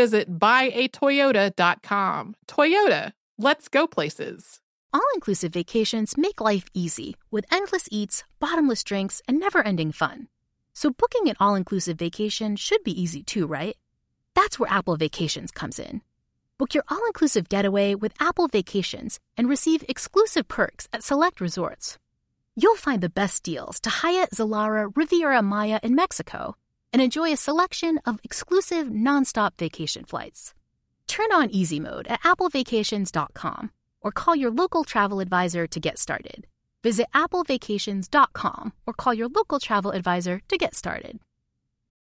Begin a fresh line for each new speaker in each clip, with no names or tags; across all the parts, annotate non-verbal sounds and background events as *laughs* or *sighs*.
visit buyatoyota.com. Toyota, let's go places.
All inclusive vacations make life easy with endless eats, bottomless drinks, and never ending fun. So, booking an all inclusive vacation should be easy too, right? That's where Apple Vacations comes in. Book your all inclusive getaway with Apple Vacations and receive exclusive perks at select resorts. You'll find the best deals to Hyatt, Zilara, Riviera Maya in Mexico and enjoy a selection of exclusive nonstop vacation flights. Turn on easy mode at applevacations.com or call your local travel advisor to get started. Visit applevacations.com or call your local travel advisor to get started.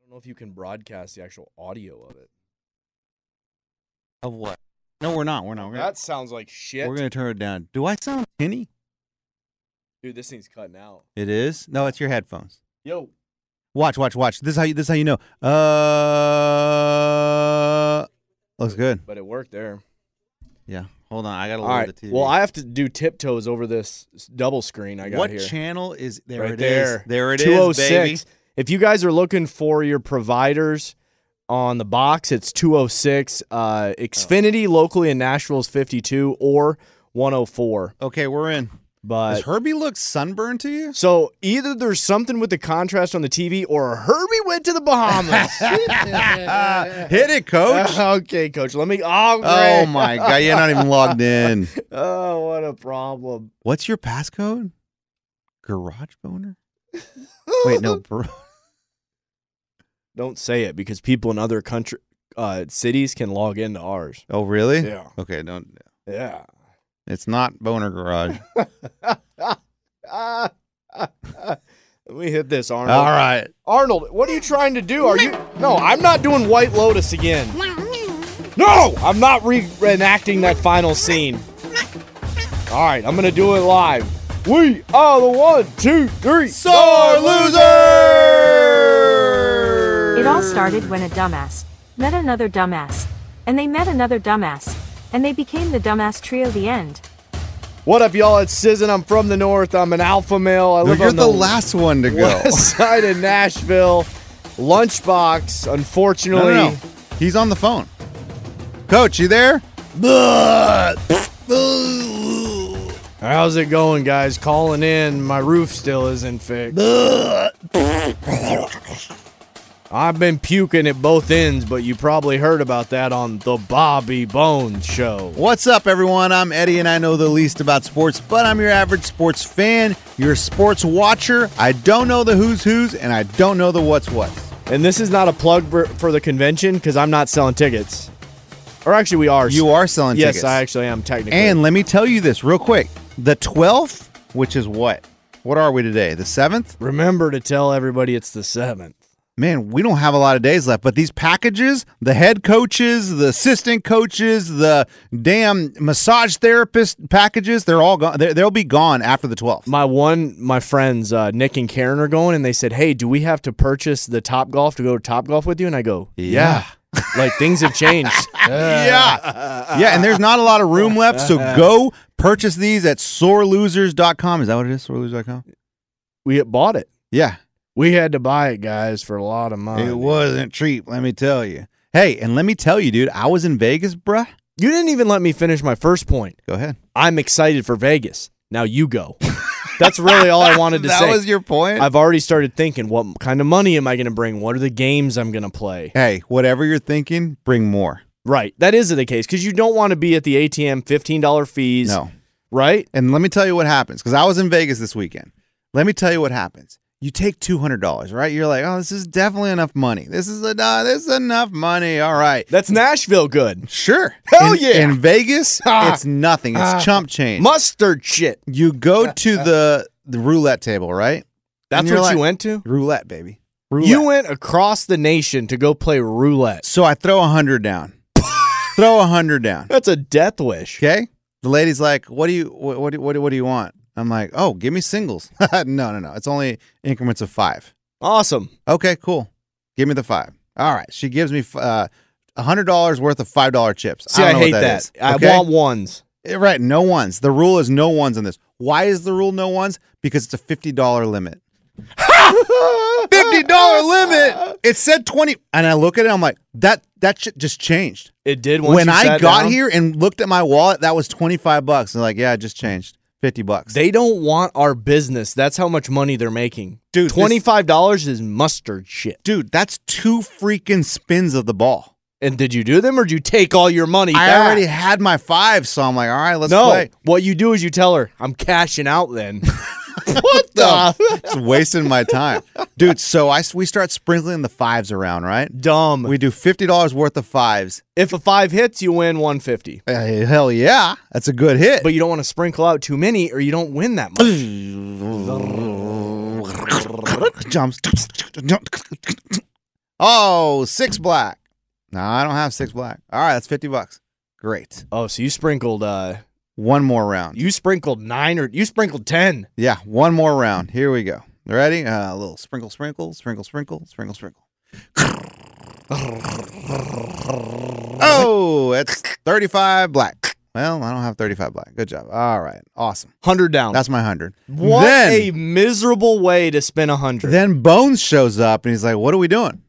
don't know if you can broadcast the actual audio of it.
Of what? No, we're not. We're not. We're gonna,
that sounds like shit.
we're gonna turn it down. Do I sound tinny?
Dude, this thing's cutting out.
It is. No, it's your headphones.
Yo.
Watch, watch, watch. This is how you. This is how you know. Uh, looks good.
But it worked there.
Yeah. Hold on. I gotta
All
lower
right.
the TV.
Well, I have to do tiptoes over this s- double screen I got
what
here.
channel is there?
right
it is.
there.
There it is,
206.
baby.
If you guys are looking for your providers on the box, it's 206. Uh, Xfinity
Oh.
locally in Nashville is 52 or 104.
Okay, we're in.
But
Does Herbie look sunburned to you?
so either there's something with the contrast on the TV or Herbie went to the
*laughs*
Bahamas.
Hit it, coach.
*laughs* okay, coach. Let me. Oh,
oh
great.
my god, you're not even logged in.
*laughs* Oh, what a problem. *laughs*
What's your passcode? Garage boner. Wait, no, bro.
Don't say it because people in other country uh, cities can log into ours.
Oh, really?
Yeah.
Okay, don't.
Yeah.
It's not boner
*laughs*
garage.
Let me hit this, Arnold.
All right.
Arnold, what are you trying to do? Are you? No, I'm not doing White Lotus again. No, I'm not re- reenacting that final scene. All right, I'm gonna do it live. We are the one, two, three.
Sore
loser.
It all started when a dumbass met another dumbass, and they met another dumbass, and they became the dumbass trio. The end.
What up, y'all? It's Sizzin. I'm from the north. I'm an alpha male. I
No,
live
you're
on
the, last one to go.
west *laughs* side of Nashville. Lunchbox,
No,
unfortunately.
no, no. He's on the phone. Coach, you there?
*laughs* How's it going, guys? Calling in. My roof still isn't fixed. *laughs* I've been puking at both ends, but you probably heard about that on the Bobby Bones show.
What's up, everyone? I'm Eddie, and I know the least about sports, but I'm your average sports fan, your sports watcher. I don't know the who's who's, and I don't know the what's what's.
And this is not a plug for, for the convention because I'm not selling tickets. Or actually, we are.
You are selling
Yes,
tickets.
I actually am technically.
And let me tell you this real quick: the 12th, which is what? What are we today? The 7th?
remember to tell everybody it's the seventh.
man, we don't have a lot of days left, but these packages, the head coaches, the assistant coaches, the damn massage therapist packages, they're all gone. they they'll be gone after the 12th.
my one my friends uh, Nick and Karen are going, and they said, "Hey, do we have to purchase the Top Golf to go to Top Golf with you?" And I go, "Yeah." *laughs* like things have changed.
*laughs*
*laughs*
yeah. Yeah, and there's not a lot of room left, so
Uh-huh.
go purchase these at sorelosers.com. Is that what it is? Sorelosers.com?
we had bought it.
Yeah.
Uh, We had to buy it, guys, for a lot of money.
It wasn't cheap, let me tell you. Hey, and let me tell you, dude, I was in Vegas, bruh.
You didn't even let me finish my first point.
Go ahead.
I'm excited for Vegas. Now you go. *laughs* That's really all I wanted to
that
say.
was your point?
I've already started thinking, what kind of money am I going to bring? What are the games I'm going to play?
hey, whatever you're thinking, bring more.
Right. That is the case because you don't want to be at the ATM $15 fees.
No.
Right?
And let me tell you what happens because I was in Vegas this weekend. Let me tell you what happens. You take two hundred dollars, right? You're like, oh, this is definitely enough money. This is enough. This is enough money. All right,
That's Nashville good.
sure.
Hell
in,
yeah.
In *laughs* Vegas,
Ah.
it's nothing. It's
Ah.
chump change.
Mustard shit.
you go to the the roulette table, right?
That's
And you're
what you
like-
went to?
Roulette, baby. Roulette.
You went across the nation to go play roulette.
So I throw a
*laughs*
hundred down. throw a hundred down.
That's a death wish.
Okay. The lady's like, "What do you what what do, what, do- what do you want?" I'm like, "Oh, give me singles." *laughs* no, no, no. It's only increments of five.
Awesome.
Okay, cool. Give me the five. All right. She gives me uh, hundred dollars worth of five dollar chips.
See,
don't
I,
know what
hate that.
is,
I
okay?
want ones.
Eh, right. No ones. The rule is no ones on this. Why is the rule no ones? Because it's a fifty
*laughs*
dollar limit. Fifty dollar limit. It said twenty, and I look at it. I'm like, that that shit just changed.
It did once
when
you
I
sat
got
down.
here and looked at my wallet, that was twenty five bucks. And like, yeah, it just changed fifty bucks.
They don't want our business. That's how much money they're making.
Dude, this-
$25 is mustard shit.
Dude, that's two freaking spins of
*laughs*
the ball.
And did you do them or did you take all your money
I
back?
already had my five, so I'm like, all right, let's
no.
play.
What you do is you tell her, I'm cashing out
*laughs*
then.
What the? *laughs* it's wasting my time, dude. So I we start sprinkling the fives around, right?
Dumb.
We do fifty dollars worth of fives.
if a five hits, you win 150.
Uh, hell yeah, that's a good hit.
But you don't want to sprinkle out too many or you don't win that much.
jumps. Oh, six black. No, I don't have six black. All right, that's fifty bucks. Great.
oh, so you sprinkled uh
One more round.
you sprinkled 9 or you sprinkled 10.
Yeah, one more round. Here we go. Ready? Uh, a little sprinkle, sprinkle, sprinkle, sprinkle, sprinkle, sprinkle. Oh, that's 35 black. Well, I don't have 35 black. Good job. All right. Awesome.
100 down.
That's my 100.
what
then,
a miserable way to spin 100.
then Bones shows up and he's like, What are we doing?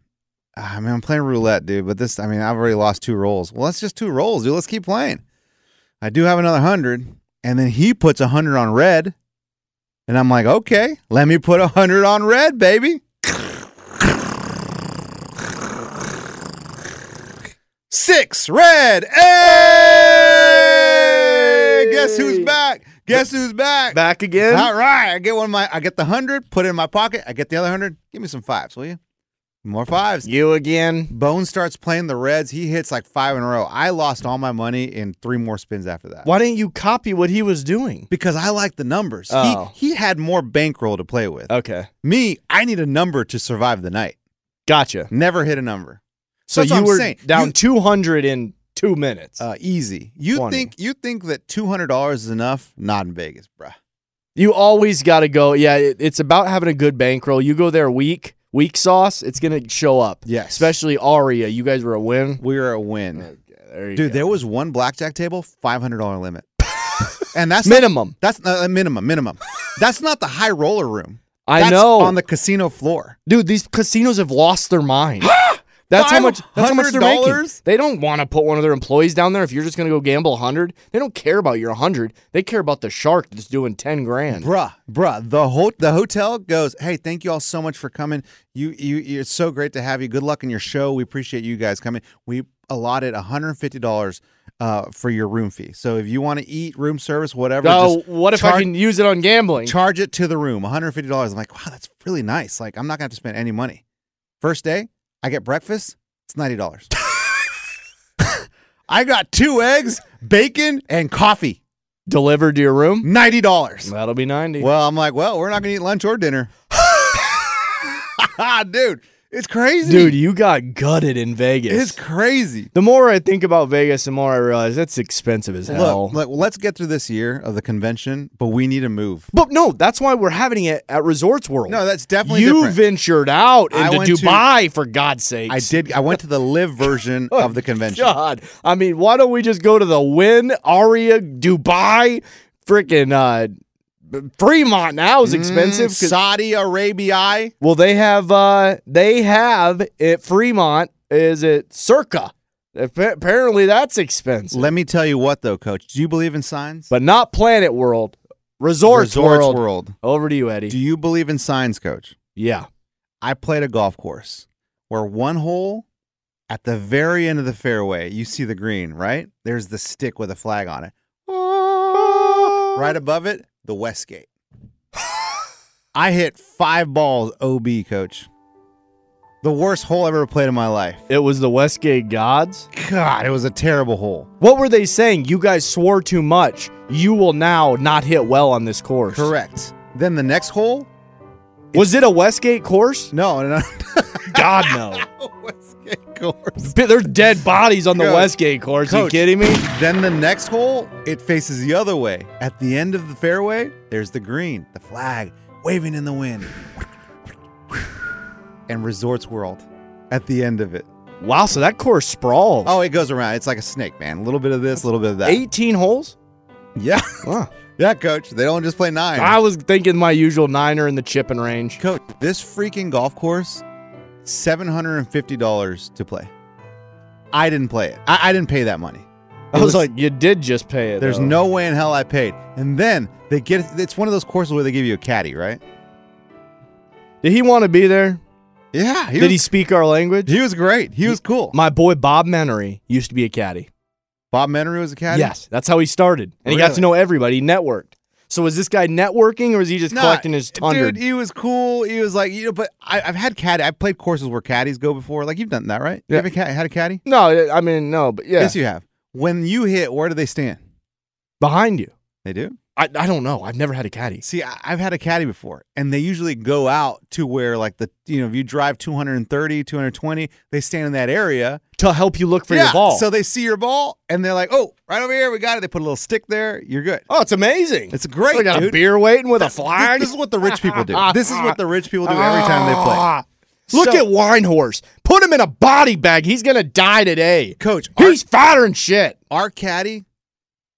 I mean, I'm playing roulette, dude, but this, I mean, I've already lost two rolls. Well, that's just two rolls, dude. Let's keep playing. I do have another 100. And then he puts a 100 on red. And I'm like, Okay, let me put a 100 on red, baby. Six red. Hey! Guess who's back? Guess who's back?
Back again?
All right, I get one of my I get the hundred, put it in my pocket, I get the other hundred. Give me some fives, will you? More fives.
You again?
Bone starts playing the Reds. He hits like five in a row. I lost all my money in three more spins after that.
Why didn't you copy what he was doing?
Because I like the numbers.
Oh.
He he had more bankroll to play with.
Okay.
Me, I need a number to survive the night.
Gotcha.
Never hit a number.
So
That's what
you
I'm
were
saying.
down
You-
200 in 2 minutes.
Uh, easy. You
20.
think you think that two hundred dollars is enough? Not in Vegas, bruh.
You always got to go. Yeah, it, it's about having a good bankroll. You go there weak, weak sauce, it's going to show up.
Yes.
Especially Aria. You guys were a win.
We are a win.
There you
Dude,
go.
there was one blackjack table, five hundred dollar
*laughs*
limit. and that's not
minimum.
That's not a minimum, minimum. That's not the high roller room.
I
That's
know.
On the casino floor.
Dude, these casinos have lost their
*gasps*
mind. That's how much. That's how much they're making.
$500?
They don't want to put one of their employees down there. If you're just going to go gamble hundred, they don't care about your hundred. They care about the shark that's doing ten grand.
Bruh, bruh. The ho- the hotel goes, hey, thank you all so much for coming. You, you you it's so great to have you. Good luck in your show. We appreciate you guys coming. We allotted $150 uh, for your room fee. So if you want to eat, room service, whatever.
Oh,
just
what if I
charge-
can use it on gambling?
charge it to the room, $150. I'm like, wow, that's really nice. Like, I'm not gonna have to spend any money. First day, I get breakfast, it's $90. I got two eggs, bacon, and coffee.
Delivered to your room.
$90.
That'll be ninety.
Well, I'm like, well, we're not gonna eat lunch or dinner. *laughs* Dude, it's crazy.
Dude, you got gutted in Vegas.
it's crazy.
the more I think about Vegas, the more I realize that's expensive as hell.
Look, look, let's get through this year of the convention, but we need to move.
but no, that's why we're having it at Resorts World.
No, that's definitely
you
different.
ventured out
I
into
went to-
Dubai for God's sake.
I did. I went to the live version
*laughs*
of the convention.
God, I mean, why don't we just go to the Win Aria Dubai, freaking uh, Fremont? Now is expensive. 'cause-
Mm, Saudi Arabia.
well, they have uh, they have at Fremont. Is it Circa? Appa- Apparently, that's expensive,
Let me tell you what, though, Coach. Do you believe in signs?
but
*laughs*
not Planet World, Resorts, World.
World.
Over to you, Eddie.
Do you believe in signs, Coach?
yeah,
I played a golf course where one hole At the very end of the fairway, you see the green, right? There's the stick with a flag on it. Oh, Right above it, the Westgate. I hit five balls OB, coach. The worst hole I've ever played in my life.
It was the Westgate gods.
God, it was a terrible hole.
What were they saying? You guys swore too much. You will now not hit well on this course.
Correct. Then the next hole?
Was it a Westgate course?
No, no,
God no.
no. Westgate course.
There's dead bodies on the
Coach.
Westgate course. You
Coach.
kidding me?
Then the next hole, it faces the other way. At the end of the fairway, there's the green, the flag waving in the wind. And Resorts World at the end of it.
Wow, so that course sprawls.
Oh, it goes around. It's like a snake, man. A little bit of this, a little bit of that.
18 holes?
Yeah. *laughs*
Huh.
Yeah, coach. They don't just play nine.
I was thinking my usual niner in the chipping range.
coach, this freaking golf course, $750 to play. I didn't play it. I, I didn't pay that money.
I was, like, you did just pay it.
There's
though.
no way in hell I paid. And then they get it's one of those courses where they give you a caddy, right?
Did he want to be there?
Yeah.
did he speak our language?
He was great. He was cool.
My boy Bob Menery used to be a caddy.
Bob Menery was a caddy.
Yes, that's how he started, and he got to
Really?
know everybody. He networked. So is this guy networking, or is he just
Nah,
collecting his hundred?
Dude, he was cool. He was like, you know, but I, I've had caddy. I've played courses where caddies go before. Like you've done that, right? You
Yeah.
haven't ca- had a caddy?
No, I mean no, but yeah,
Yes, you have. When you hit, where do they stand?
behind you.
They do.
I, I don't know. I've never had a caddy.
See, I, I've had a caddy before, and they usually go out to where, like, the you know, if you drive 230, 220, they stand in that area
to help you look for your ball.
So they see your ball, and they're like, "Oh, right over here, we got it." They put a little stick there. You're good.
oh, it's amazing.
It's great,
I got
dude.
a beer waiting with a
Th- th-
flag.
This is what the rich
*laughs*
people do. This is what the rich people do every time they play.
Ah. Look
So-
at Winehorse. Put him in a body bag. He's gonna die today.
Coach, our,
He's fatter than shit.
our caddy,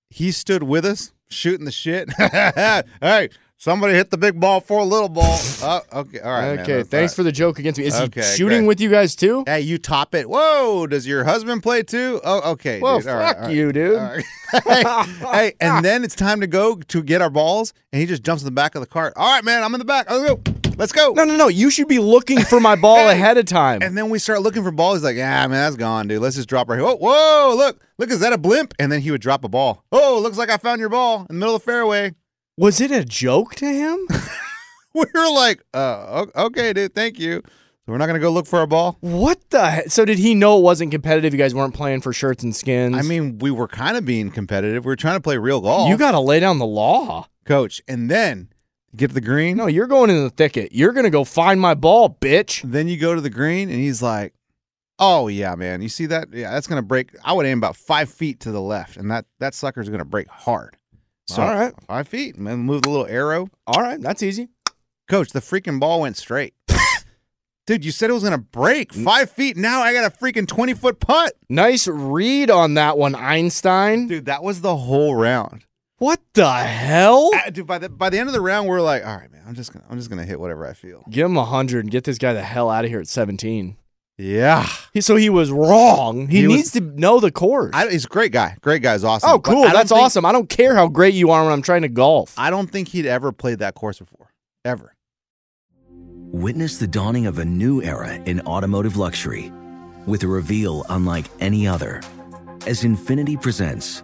he stood with us shooting the shit. *laughs* hey, somebody hit the big ball for a little ball. oh, okay, all right. man,
okay,
that's
thanks
all
for the joke against me. Is
Okay,
he shooting
great.
with you guys too?
right. Hey, you top it. Whoa, does your husband play too? Oh, okay.
Well,
dude, all right,
fuck
all right.
you, dude.
All right. *laughs* hey, hey, and then it's time to go to get our balls, and he just jumps in the back of the cart. All right, man, I'm in the back. Let's go. Let's go.
No, no, no. You should be looking for my
*laughs*
ball ahead of time.
And then we start looking for balls. He's like, yeah, man, that's gone, dude. Let's just drop right here. Oh, whoa, look, look, is that a blimp? And then he would drop a ball. Oh, looks like I found your ball in the middle of the fairway.
Was it a joke to him?
*laughs* We were like, uh, o- okay, dude, thank you. So we're not gonna go look for a ball.
what the? He- so did he know it wasn't competitive? You guys weren't playing for shirts and skins.
I mean, we were kind of being competitive. We were trying to play real golf,
you got to lay down the law.
coach. And then you get to the green.
No, you're going in the thicket. You're gonna go find my ball, bitch.
Then you go to the green, and he's like, "Oh yeah, man, you see that? Yeah, that's gonna break. I would aim about five feet to the left, and that that sucker's gonna break hard. So
All right.
five feet, and then move the little arrow.
All right, that's easy.
Coach, the freaking ball went straight. *laughs* Dude, you said it was gonna break five feet. Now I got a freaking twenty foot putt.
Nice read on that one, Einstein.
Dude, that was the whole round.
What the hell?
I- dude, by the by the end of the round, we are like, all right, man, I'm just gonna I'm just gonna hit whatever I feel.
Give him a hundred and get this guy the hell out of here at seventeen.
Yeah,
He, so he was wrong. He,
He was-
needs to know the course.
I, he's a great guy. Great guy's awesome.
oh,
But I
cool.
don't
That's
think-
awesome. I don't care how great you are when I'm trying to golf.
I don't think he'd ever played that course before, ever.
Witness the dawning of a new era in automotive luxury with a reveal unlike any other as Infinity presents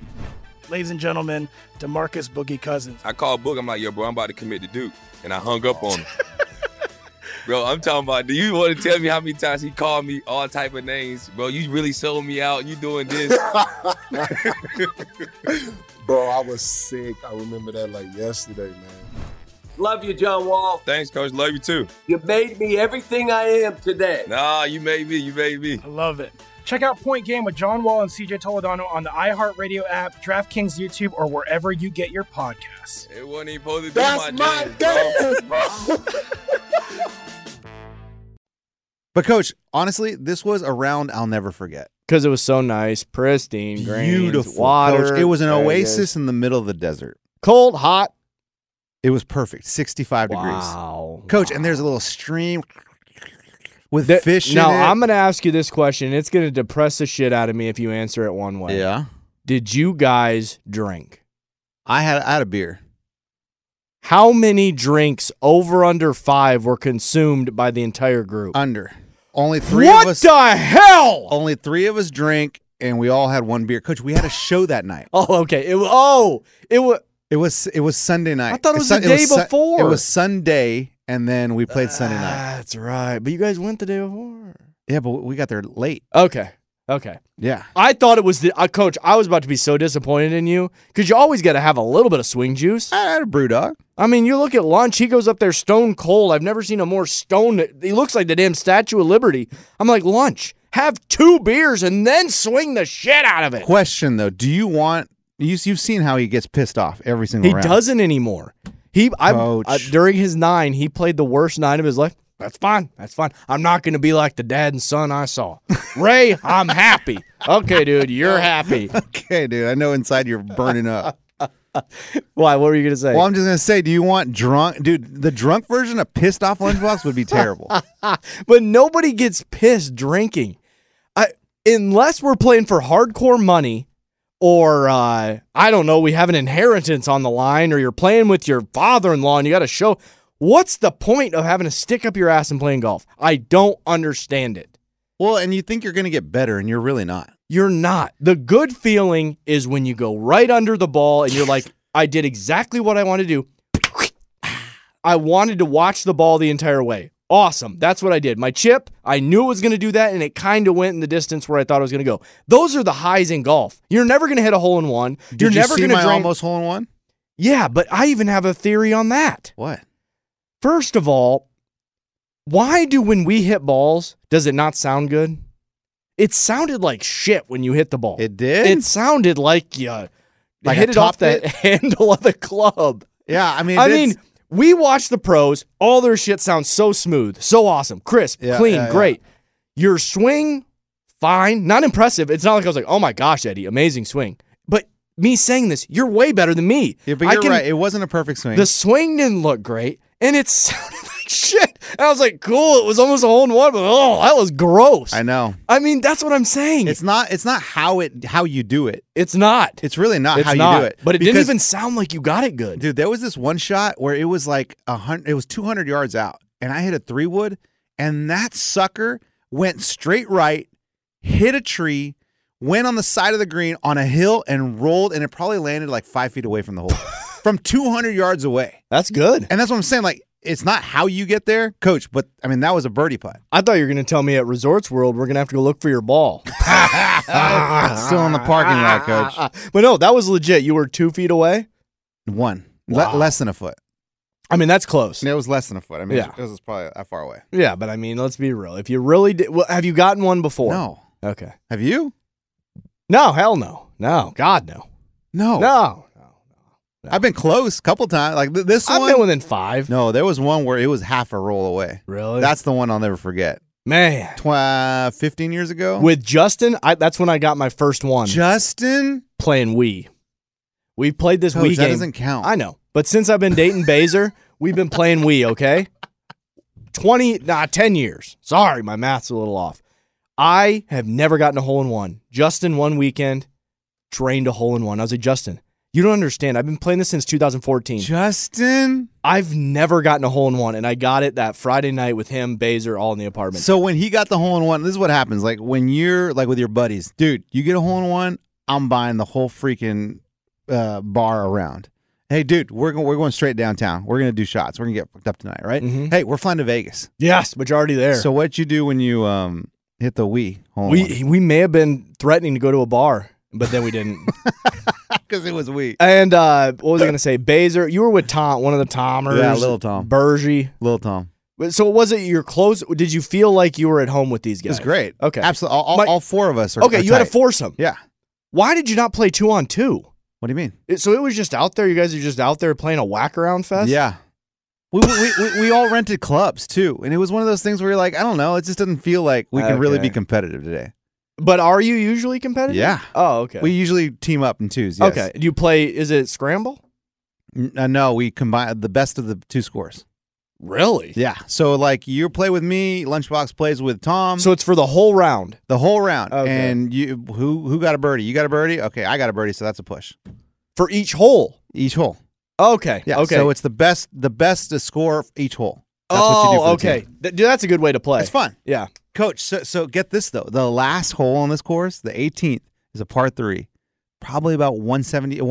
Ladies and gentlemen, Demarcus Boogie Cousins.
I called Book. I'm like, yo, bro, I'm about to commit to Duke. And I hung
*laughs*
up on him. bro, I'm talking about, do you want to tell me how many times he called me all type of names? Bro, you really sold me out. You doing this.
Bro, I was sick. I remember that like yesterday, man.
*laughs* Love you, John Wall.
Thanks, coach. Love you too.
You made me everything I am today.
Nah, you made me. You made me.
I love it. Check out Point Game with John Wall and CJ Toledano on the iHeartRadio app, DraftKings YouTube, or wherever you get your podcasts.
It wasn't even supposed to be
That's
my
my
game.
dance, bro.
But coach, honestly, this was a round I'll never forget.
because it was so nice, pristine, grains,
Beautiful
water.
Coach. It was an
There
oasis
is.
in the middle of the desert.
cold, hot.
It was perfect. 65 degrees.
Wow,
Coach, and there's a little stream with
There-
fish
Now
in it.
I'm gonna ask you this question. It's gonna depress the shit out of me if you answer it one way.
Yeah.
Did you guys drink?
I had I had a beer.
How many drinks over under five were consumed by the entire group?
Under. Only 3
what
of us
the hell?
only 3 of us drank and we all had one beer. Coach, we had a show that night.
*laughs* Oh, okay. It wa- oh, it was.
It was it was Sunday night.
thought it was
Sun-
the day
Sun-
before.
It was Sunday and then we played Sunday night.
That's right. But you guys went the day before.
Yeah, but we got there late.
Okay. Okay.
Yeah.
I thought it was the uh, coach. I was about to be so disappointed in you because you always got to have a little bit of swing juice.
I had a brew dog.
I mean, you look at lunch. He goes up there stone cold. I've never seen a more stone. He looks like the damn Statue of Liberty. I'm like lunch. Have two beers and then swing the shit out of it.
Question though, do you want you, you've seen how he gets pissed off every single
He
round.
doesn't anymore. He I,
Coach.
I- during his nine, he played the worst nine of his life. That's fine. That's fine. I'm not going to be like the dad and son I
*laughs*
saw. Ray, I'm happy. Okay, dude, you're happy.
*laughs* Okay, dude. I know inside you're burning up.
*laughs* Why? What were you going to say?
Well, I'm just gonna say, do you want drunk, dude? The drunk version of pissed off lunchbox would be *laughs* terrible.
*laughs* but nobody gets pissed drinking. I, unless we're playing for hardcore money or uh, I don't know, we have an inheritance on the line or you're playing with your father-in-law and you got to show what's the point of having to stick up your ass and playing golf? I don't understand it.
well, and you think you're gonna get better, and you're really not.
You're not. The good feeling is when you go right under the ball and you're like, I did exactly what I want to do. I wanted to watch the ball the entire way. Awesome. That's what I did. My chip, I knew it was going to do that, and it kind of went in the distance where I thought it was going to go. Those are the highs in golf. You're never going to hit a hole in one.
Did
you're
you
never
see
going to
my
drain.
almost hole in one?
yeah, but I even have a theory on that.
What?
First of all, why do when we hit balls, does it not sound good? It sounded like shit when you hit the ball.
It did.
It sounded like you
Like
hit
I
it off the
topped
*laughs*
it?
handle of the club.
yeah. I mean,
I
it's-
mean, we watch the pros. All their shit sounds so smooth, so awesome, crisp,
Yeah,
clean,
yeah, yeah.
great. Your swing, fine, not impressive. It's not like I was like, oh my gosh, Eddie, amazing swing. But me saying this, you're way better than me.
yeah, but
I
you're
can-
right. It wasn't a perfect swing.
the swing didn't look great, and it *laughs* sounded like shit. And I was like, cool, it was almost a hole in one, but oh, that was gross.
I
I,
know.
mean, that's what I'm saying.
It's
It's,
not. It's not how it how you do it.
not.
It's really not
It's
how
not.
you do it.
But it didn't
Because-
even sound like you got it good.
Dude, there was this one shot where it was like a hundred. It was 200 yards out, and I hit a three wood, and that sucker went straight right, hit a tree, went on the side of the green on a hill and rolled, and it probably landed like five feet away
*laughs*
from the hole, from 200 yards away.
That's good.
And that's what I'm saying. Like, it's not how you get there, coach, but I mean, that was a birdie putt.
I thought you were going to tell me at Resorts World we're going to have to go look for your ball.
Still in the parking lot, coach.
*laughs* But no, that was legit. You were two feet away.
One. Le- less than a foot.
I mean, that's close.
It was less than a foot. I mean,
Yeah.
it was probably that far away.
Yeah, but I mean, let's be real. If you really did, well, have you gotten one before?
No.
Okay.
Have you?
No, hell no. No, God no.
No.
No.
I've been close a couple times. Like th- this
I've
one.
been within five.
no, there was one where it was half a roll away.
Really?
That's the one I'll never forget.
man.
Tw- 15 years ago?
With Justin, I, that's when I got my first one
Justin?
playing Wii. We've played this
Coach,
Wii
that
game.
doesn't count.
I know. But since I've been dating Baser, we've been playing Wii, okay? 20, nah, 10 years. Sorry, my math's a little off. I have never gotten a hole in one. Justin, one weekend, drained a hole in one. I was like, Justin, you don't understand. I've been playing this since 2014.
Justin?
I've never gotten a hole in one, and I got it that Friday night with him, Baser, all in the apartment.
So when he got the hole in one, this is what happens. Like when you're like with your buddies, dude, you get a hole in one, I'm buying the whole freaking uh, bar around. Hey, dude, we're going, we're going straight downtown. We're gonna do shots. We're gonna get fucked up tonight, right? Hey, we're flying to Vegas.
yes, majority Mm-hmm. there.
So what you do when
*laughs*
you um hit the Wii hole?
we we may have been threatening to go to a bar, but then we
*laughs*
didn't.
because it was Wii.
and uh, what was I going to say? Baser, you were with Tom, one of the Tommers.
Yeah, Little Tom.
Bergy.
Little Tom.
So was it your close? Did you feel like you were at home with these
It
guys?
was great.
Okay.
Absolutely. All, all,
My-
all four of us are
Okay,
are
you had to
tight.
force them.
Yeah.
Why did you not play two on two?
What do you mean?
It- so it was just out there. You guys are just out there playing a whack around fest.
Yeah. We, we, we, we all rented clubs too. And it was one of those things where you're like, I don't know. It just doesn't feel like we can really
Okay.
be competitive today.
But are you usually competitive?
Yeah.
Oh, okay.
We usually team up in twos. Yes.
Okay. Do you play? Is it scramble?
N- uh, no, we combine the best of the two scores.
Really?
Yeah. So like you play with me, Lunchbox plays with Tom.
So it's for the whole round.
the whole round.
Okay.
And you who who got a birdie? You got a birdie? Okay, I got a birdie, so that's a push.
for each hole.
Each hole.
Okay.
Yeah.
Okay.
So it's the best the best to score each hole. That's
oh,
what you do for the
okay.
team.
Th- dude, that's a good way to play.
It's fun.
Yeah.
Coach, so so get this though. The last hole on this course, the 18th, is a par 3. Probably about 170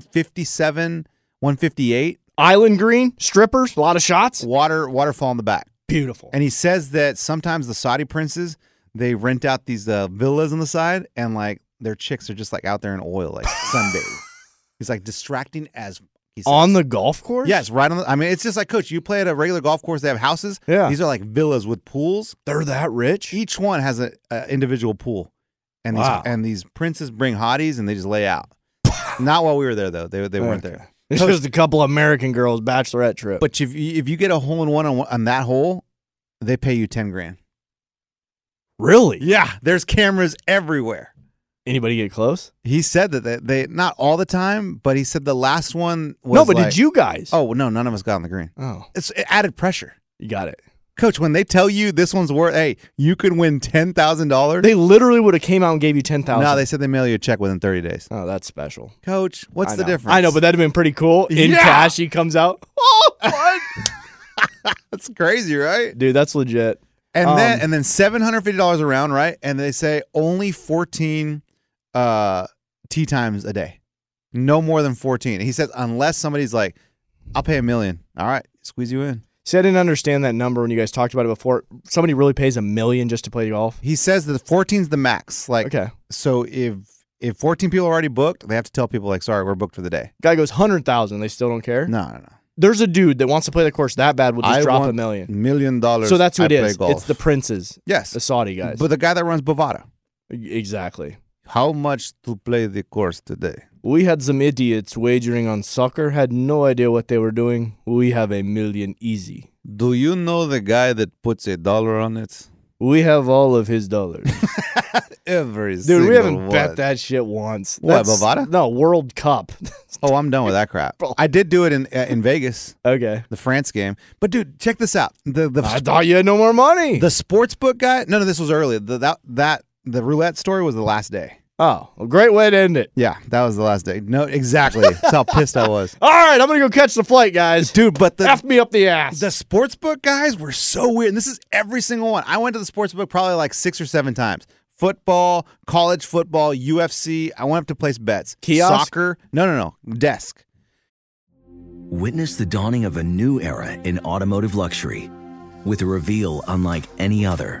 157, 158.
Island green, strippers, a lot of shots.
Water waterfall in the back.
Beautiful.
And he says that sometimes the Saudi princes they rent out these uh, villas on the side, and like their chicks are just like out there in oil, like sunbathing.
*laughs*
He's like distracting as he says.
on the golf course?
Yes, right on. The, I mean, it's just like coach. You play at a regular golf course; they have houses.
Yeah.
these are like villas with pools.
They're that rich?
Each one has an individual pool, and these
Wow.
and these princes bring hotties, and they just
*laughs*
lay out. Not while we were there, though. They they weren't there.
It's just a couple American girls bachelorette trip.
But if you, if you get a hole in one on, one- on that hole, they pay you ten grand.
really?
Yeah, there's cameras everywhere.
Anybody get close?
He said that they, they not all the time, but he said the last one was
no, but
like-
did you guys?
Oh no, none of us got on the green.
Oh,
It's it added pressure,
you got it.
coach. When they tell you this one's worth, hey, you could win ten thousand dollars.
They literally would have came out and gave you ten thousand.
No, they said they mail you a check within thirty days.
Oh, that's special.
Coach, what's
I
the
know.
difference?
I know, but that'd have been pretty cool. In
Yeah.
cash, he comes
*laughs*
out. Oh, what?
that's crazy, right?
Dude, that's legit.
And
Um,
then and then seven hundred fifty dollars around, right? And they say only fourteen uh, tea times a day, no more than fourteen. He says unless somebody's like, I'll pay a million. All right, squeeze you in.
See, I didn't understand that number when you guys talked about it before. Somebody really pays a million just to play golf.
He says that 14 is the max. Like,
Okay.
so if if 14 people are already booked, they have to tell people like, sorry, we're booked for the day.
Guy goes hundred thousand. They still don't care.
No, no, no.
There's a dude that wants to play the course that bad. Will just
I
drop a
want
million.
Million dollars.
So that's who
I
it
play
is.
Golf.
It's
*laughs*
the princes,
yes,
the Saudi guys.
but the guy that runs Bovada.
exactly.
How much to play the course today?
We had some idiots wagering on soccer. Had no idea what they were doing. We have a million easy.
Do you know the guy that puts a dollar on it?
We have all of his dollars,
Every
dude.
single
We haven't
one.
bet that shit once.
What,
That's-
Bovada?
No World Cup.
*laughs* Oh, I'm done with that crap. I did do it in uh, in Vegas,
okay.
the France game. But dude, check this out. The the
I thought you had no more money.
the sports book guy. No, no, this was earlier. The, that that the roulette story was the last day.
oh, a great way to end it.
Yeah, that was the last day. No, exactly. That's how pissed I was.
*laughs* All right, I'm gonna go catch the flight, guys.
Dude, but the
F me up the ass.
the sportsbook guys were so weird. And this is every single one. I went to the sportsbook probably like six or seven times. football, college football, UFC. I went up to place bets.
Kiosk?
Soccer. No, no, no. Desk.
Witness the dawning of a new era in automotive luxury with a reveal unlike any other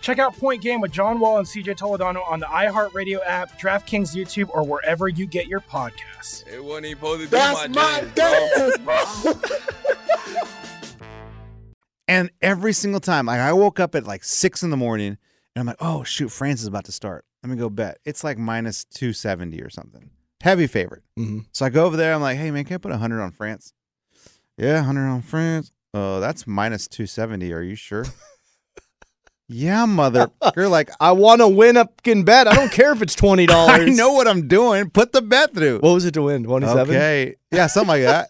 Check out Point Game with John Wall and CJ Toledano on the iHeartRadio app, DraftKings YouTube, or wherever you get your podcasts.
It wasn't even supposed to be
That's
my,
my
bro.
And every single time, like I woke up at like six in the morning, and I'm like, oh shoot, France is about to start. Let me go bet. It's like minus two seventy or something. Heavy favorite.
Mm-hmm.
So I go over there. I'm like, hey man, can I put hundred on France? Yeah, hundred on France. Oh, that's minus two seventy. Are
*laughs*
you sure? yeah, mother. You're like,
I want to win a fucking bet. I don't care if it's twenty
I
dollars.
know what I'm doing. Put the bet through.
What was it to win? Twenty seven.
Okay. Yeah, something like that.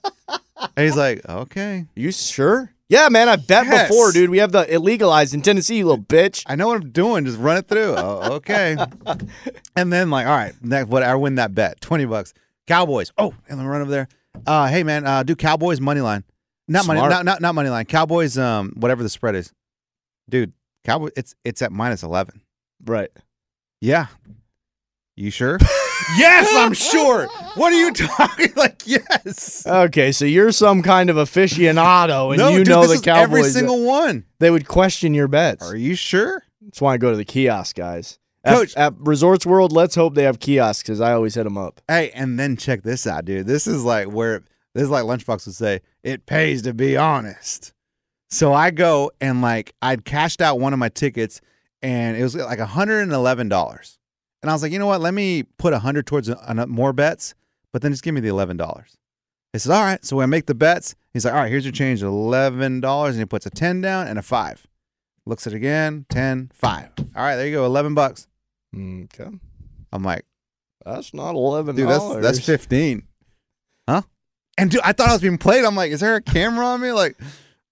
and
*laughs*
he's like, okay.
You sure? Yeah, man. I bet
Yes.
before, dude. We have the illegalized in Tennessee, you little bitch.
I know what I'm doing. Just run it through.
*laughs*
oh, okay. and then like, all right, next, what I win that bet, twenty bucks. Cowboys. Oh, and then run over there. Uh, hey man, uh, do Cowboys money line? Not money.
Smart.
Not, not not money line. Cowboys. Um, whatever the spread is, dude. Cowboy. It's it's at minus eleven.
Right.
Yeah.
*laughs*
You sure? yes, I'm *laughs* sure. What are you talking? *laughs* like yes.
Okay, so you're some kind of aficionado, and
no,
you
dude,
know
this
the
is
Cowboys. uh,
Every single one.
they would question your bets.
Are you sure?
That's why I go to the kiosk, guys. At-
Coach-
at, Resorts World, let's hope they have kiosks because I always hit them up.
Hey, and then check this out, dude. This is like where this is like Lunchbox would say, it pays to be honest. So I go and like I'd cashed out one of my tickets and it was like $111. And I was like, you know what? Let me put 100 towards an- more bets, but then just give me the $11. He says, all right. So when I make the bets, he's like, all right, here's your change, $11. And he puts a 10 down and a five. Looks at it again, 10, five. All right, there you go, 11 bucks.
Mm, Okay,
I'm like,
that's not eleven
Dude, that's
dollars.
that's fifteen. Huh? And dude, I thought I was being played. I'm like, is there a camera on me? Like,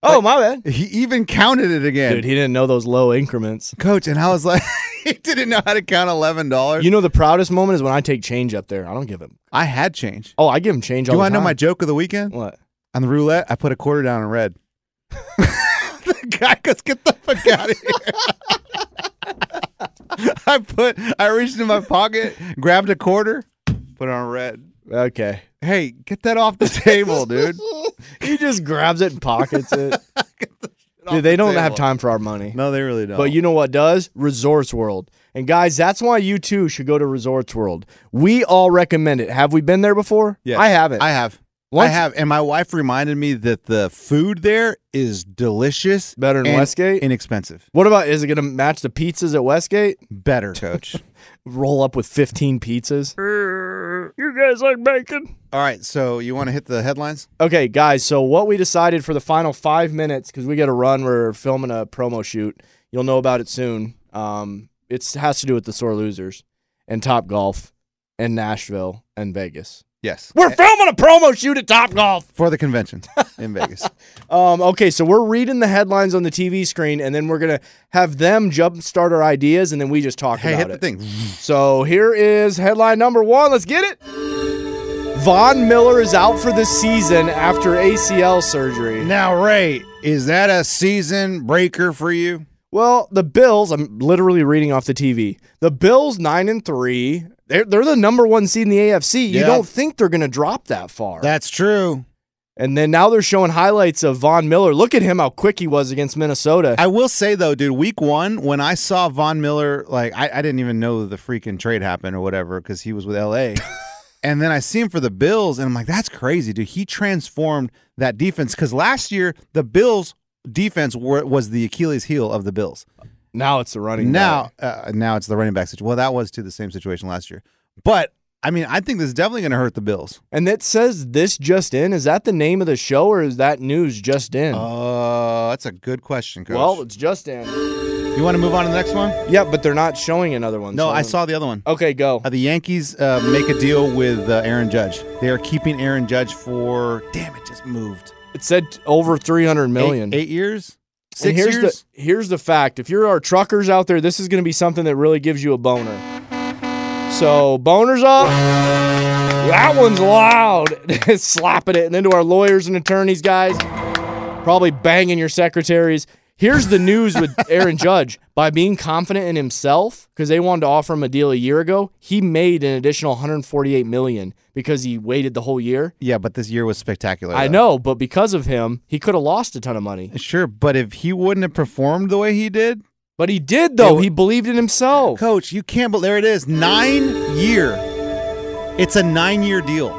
Oh, my bad.
He even counted it again.
Dude, he didn't know those low increments.
Coach, and I was like, *laughs* he didn't know how to count eleven dollars.
You know, the proudest moment is when I take change up there. I don't give him.
I had change.
Oh, I give him change
Do
all
you
the
want to know
time.
my joke of the weekend?
What?
On the roulette, I put a quarter down in red. *laughs* the guy goes, "Get the fuck out of here!" *laughs* I put, I reached in my pocket, grabbed a quarter, put it on red.
Okay.
Hey, get that off the table, dude.
*laughs* he just grabs it and pockets
*laughs*
it. Dude, they don't have
table.
time for our money.
No, they really don't.
But you know what does? Resorts World. And guys, that's why you too should go to Resorts World. We all recommend it. Have we been there before?
Yes.
I haven't.
I have.
Lunch-
I have. And my wife reminded me that the food there is delicious.
Better than
and
Westgate?
Inexpensive.
What about is it going to match the pizzas at Westgate?
Better, coach.
*laughs* Roll up with 15 pizzas. *laughs* You guys like bacon?
All right. So you want to hit the headlines?
Okay, guys. So what we decided for the final five minutes, because we got to run, we're filming a promo shoot. You'll know about it soon. Um, it has to do with the sore losers and Top Golf and Nashville and Vegas.
Yes. Eh.
We're filming a promo shoot at Top Golf.
For
*laughs*
the convention in Vegas.
Um, okay, so we're reading the headlines on the TV screen, and then we're gonna have them jumpstart our ideas, and then we just talk
Hey,
about
hit the
it.
thing.
So here is headline number one. Let's get it. Von Miller is out for the season after ACL surgery.
Now, Ray, is that a season breaker for you?
Well, the Bills, I'm literally reading off the TV. The Bills, nine and three. They're, they're the number one seed in the AFC. You
Yeah.
don't think they're going to drop that far.
That's true.
and then now they're showing highlights of Von Miller. Look at him, how quick he was against Minnesota.
I will say though, dude, week one when I saw Von Miller, like I, I didn't even know the freaking trade happened or whatever because he was
*laughs*
with LA, and then I see him for the Bills, and I'm like, that's crazy, dude. He transformed that defense because last year the Bills defense were, was the Achilles heel of the Bills.
now it's the running
now,
back.
uh, now it's the running back situation. Well, that was too the same situation last year, but I mean, I think this is definitely going to hurt the Bills.
And that says this just in. Is that the name of the show or is that news just in?
Oh, that's a good question, Coach.
well, it's just in.
you want to move on to the next one?
Yeah, but they're not showing another one.
No,
so
I
don't-
saw the other one.
Okay, go.
Uh, the Yankees uh, make a deal with uh, Aaron Judge. They are keeping Aaron Judge for damn it, just moved
It said oh, over 300
Eight-
million.
eight, years, six
And here's
years.
the here's the fact. If you're our truckers out there, this is going to be something that really gives you a boner. So boners up. That one's loud. *laughs* Slapping it. And then to our lawyers and attorneys, guys, probably banging your secretaries. Here's the news
*laughs*
with Aaron Judge. By being confident in himself, because they wanted to offer him a deal a year ago, he made an additional 148 million because he waited the whole year.
yeah, but this year was spectacular.
I
though.
know, but because of him, he could have lost a ton of money.
sure, but if he wouldn't have performed the way he did,
But he did though.
It-
He believed in himself.
Coach, you can't. But there it is, nine year. It's a nine year deal.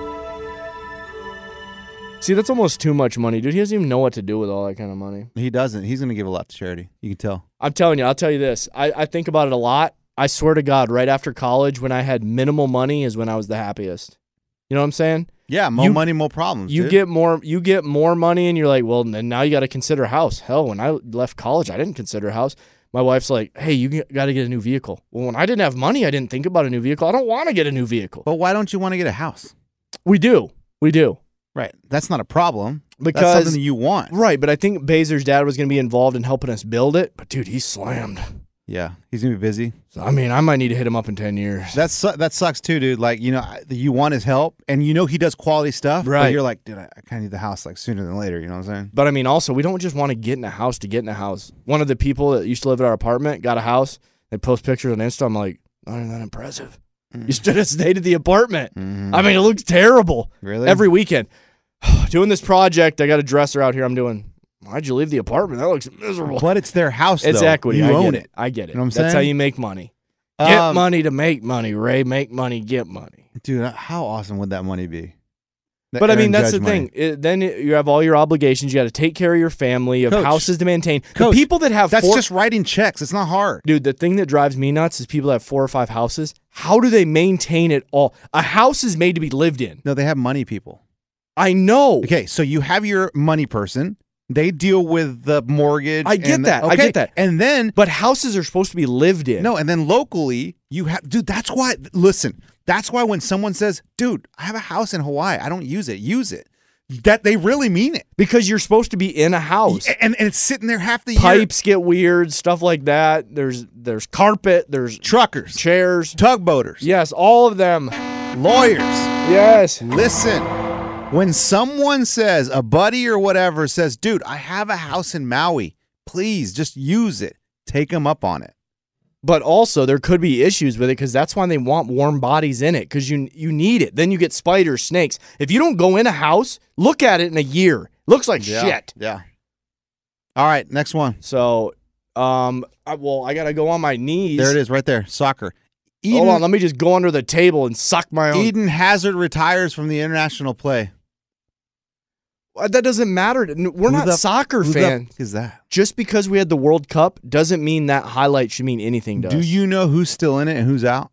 See, that's almost too much money, dude. He doesn't even know what to do with all that kind of money.
He doesn't. He's going to give a lot to charity. You can tell.
I'm telling you, I'll tell you this. I, I think about it a lot. I swear to God, right after college, when I had minimal money is when I was the happiest. You know what I'm saying?
Yeah, more
You-
money, more problems.
You
dude.
get more you get more money and you're like, well, n- now you gotta consider a house. Hell, when I left college, I didn't consider a house. My wife's like, hey, you g- gotta get a new vehicle. Well, when I didn't have money, I didn't think about a new vehicle. I don't wanna get a new vehicle.
But why don't you want to get a house?
We do. We do.
Right. That's not a problem. That's
Because-
something that you want.
Right, but I think Bazer's dad was going to be involved in helping us build it. But dude, he's slammed.
Yeah, he's going to be busy.
So, I mean, I might need to hit him up in ten years.
That's su- that sucks too, dude. Like you know, I- you want his help, and you know he does quality stuff.
Right.
But you're like, dude, I, I kind of need the house like sooner than later. You know what I'm saying?
But I mean, also, we don't just want to get in a house to get in a house. One of the people that used to live at our apartment got a house. They post pictures on Insta. I'm like, not even that impressive.
Mm.
You should have stayed at the apartment. I mean, it looks terrible.
Mm-hmm. Really?
Every weekend, *sighs* doing this project, I got a dresser out here. I'm doing. Why'd you leave the apartment? That looks miserable.
But it's their house.
It's
though.
equity.
You
I
own
get it. I get it.
You know what I'm
That's how
saying?
you make money. Get
Um,
money to make money, Ray. Make money, get money.
dude. How awesome would that money be? That
But I mean,
Aaron
that's
Judge
the
money.
thing. It- then it- you have all your obligations. You got to take care of your family. You have
Coach.
houses to maintain.
Coach,
the people that have
That's
four,
just writing checks. It's not hard.
dude. The thing that drives me nuts is people that have four or five houses. How do they maintain it all? A house is made to be lived in.
No, they have money people.
I know.
Okay, so you have your money person. They deal with the mortgage.
I get
and the-
that. I
okay,
get that.
And then
But houses are supposed to be lived in.
No, and then locally, you have, dude, that's why, listen, that's why when someone says, dude, I have a house in Hawaii, I don't use it, use it. that they really mean it
because you're supposed to be in a house
and, and it's sitting there half the year.
pipes get weird, stuff like that. There's there's carpet, there's
truckers,
chairs,
tugboaters.
Yes, all of them.
Lawyers.
Yes.
Listen. When someone says a buddy or whatever says, "Dude, I have a house in Maui. Please just use it." Take them up on it.
But also there could be issues with it because that's why they want warm bodies in it because you you need it. Then you get spiders, snakes. If you don't go in a house, look at it in a year. Looks like
Yeah,
shit.
Yeah. All right, next one.
So, um, I, well, I gotta go on my knees.
There it is, right there. Soccer.
Hold
Eden-
on, let me just go under the table and suck my own.
Eden Hazard retires from the international play.
Uh, That doesn't matter. N- We're
Who
not
the-
soccer
who the
fans.
fuck is that?
Just because we had the World Cup doesn't mean that highlight should mean anything to
Do
us.
you know who's still in it and who's out?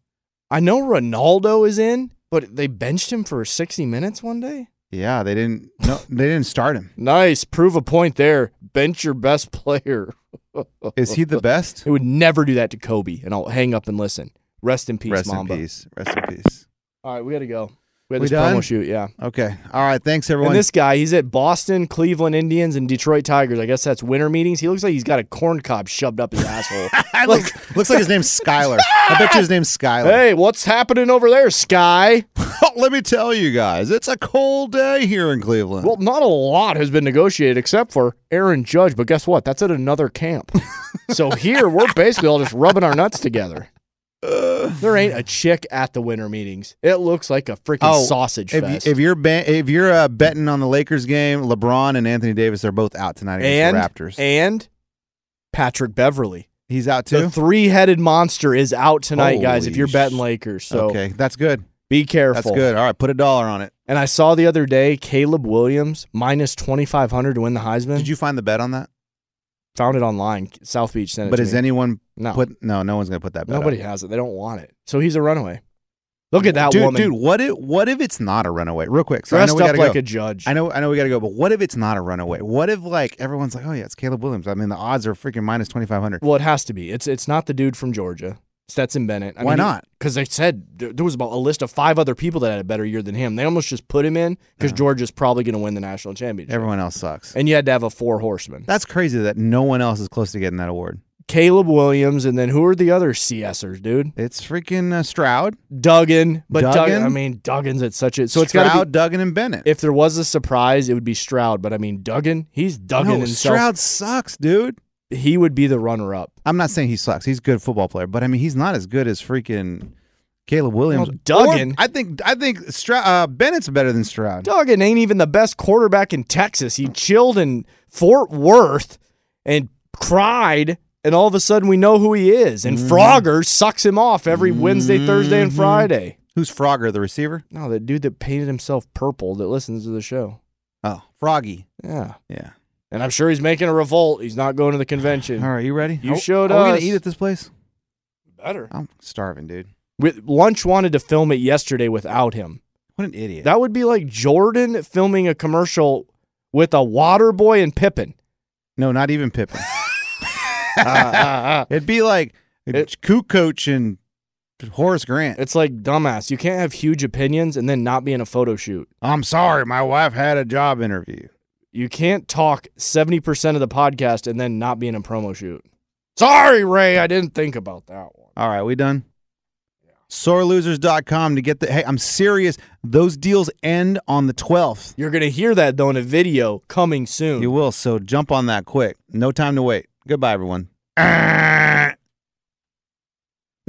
I know Ronaldo is in, but they benched him for 60 minutes one day.
Yeah, they didn't. No, they didn't start him.
*laughs* Nice, prove a point there. Bench your best player. *laughs*
Is he the best?
They would never do that to Kobe, and I'll hang up and listen. Rest in peace,
Rest
Mamba.
in peace. Rest in peace.
All right, we gotta go. We had
We
this
done?
promo shoot, yeah.
Okay. All right. Thanks everyone.
And this guy, he's at Boston, Cleveland Indians, and Detroit Tigers. I guess that's winter meetings. He looks like he's got a corn cob shoved up his asshole. like,
*laughs* looks like his name's Skyler. I bet you his name's Skyler.
hey, what's happening over there, Sky?
*laughs* Let me tell you guys, it's a cold day here in Cleveland.
Well, not a lot has been negotiated except for Aaron Judge, but guess what? That's at another
*laughs*
camp. so here we're basically all just rubbing our nuts together.
Uh.
there ain't a chick at the winter meetings. It looks like a freaking sausage
Oh, if,
fest.
you- if you're ba- if you're uh, betting on the Lakers game, LeBron and Anthony Davis are both out tonight
and
against the Raptors.
and Patrick Beverly,
He's out too.
the three-headed monster, is out tonight, guys. If
Holy
you're betting Lakers, so
okay, that's good.
be careful.
That's good. All right, put a dollar on it.
And I saw the other day Caleb Williams minus twenty five hundred to win the Heisman.
Did you find the bet on that?
Found it online. South Beach sent it.
But
to
is
me.
anyone
No.
put? No, no one's gonna put that bet.
Nobody
up.
has it. They don't want it. So he's a runaway. Look at that
dude,
woman.
Dude, what if what if it's not a runaway? Real quick, so I know
dressed
we
up
gotta
like
go.
a judge.
I know, I know, we gotta go. But what if it's not a runaway? What if like everyone's like, oh yeah, it's Caleb Williams. I mean, the odds are freaking minus twenty five hundred.
Well, it has to be. It's it's not the dude from Georgia, Stetson Bennett.
Why not?
Because they said there, there was about a list of five other people that had a better year than him. They almost just put him in because Georgia's probably going to win the national championship.
Everyone else sucks.
And you had to have a four horseman.
That's crazy that no one else is close to getting that award.
Caleb Williams, and then who are the other CSers, dude?
It's freaking uh, Stroud,
Duggan, but Duggan.
Duggan?
I mean, Duggan's at such a so it's got to be.
Stroud, Duggan, and Bennett.
If there was a surprise, it would be Stroud, but I mean Duggan, he's Duggan
no,
himself.
Stroud sucks, dude.
He would be the runner up.
I'm not saying he sucks. He's a good football player, but I mean, he's not as good as freaking Caleb Williams.
Duggan-
Or- I think I think Stroud, uh, Bennett's better than Stroud.
Duggan ain't even the best quarterback in Texas. He chilled in Fort Worth and cried, and all of a sudden we know who he is. And
Mm-hmm.
Frogger sucks him off every Wednesday, Thursday, and Friday.
Who's Frogger, the receiver?
No, that dude that painted himself purple that listens to the show.
Oh, Froggy.
Yeah.
Yeah.
And I'm sure he's making a revolt. He's not going to the convention.
All right, you ready?
You
Are-
showed
Are we gonna
us.
eat at this place?
Better.
I'm starving, dude.
With, Lunch wanted to film it yesterday without him.
What an idiot.
That would be like Jordan filming a commercial with a water boy and Pippin.
no, not
*laughs*
even Pippen.
Uh, uh, uh.
*laughs* It'd be like Kook Coach and Horace Grant.
It's like dumbass. You can't have huge opinions and then not be in a photo shoot.
I'm sorry, my wife had a job interview.
You can't talk 70% of the podcast and then not be in a promo shoot. Sorry, Ray, I didn't think about that one.
All right, we done? Sorelosers.com to get the. Hey, I'm serious. Those deals end on the 12th.
You're going to hear that though in a video coming soon.
You will. So jump on that quick. No time to wait. Goodbye, everyone.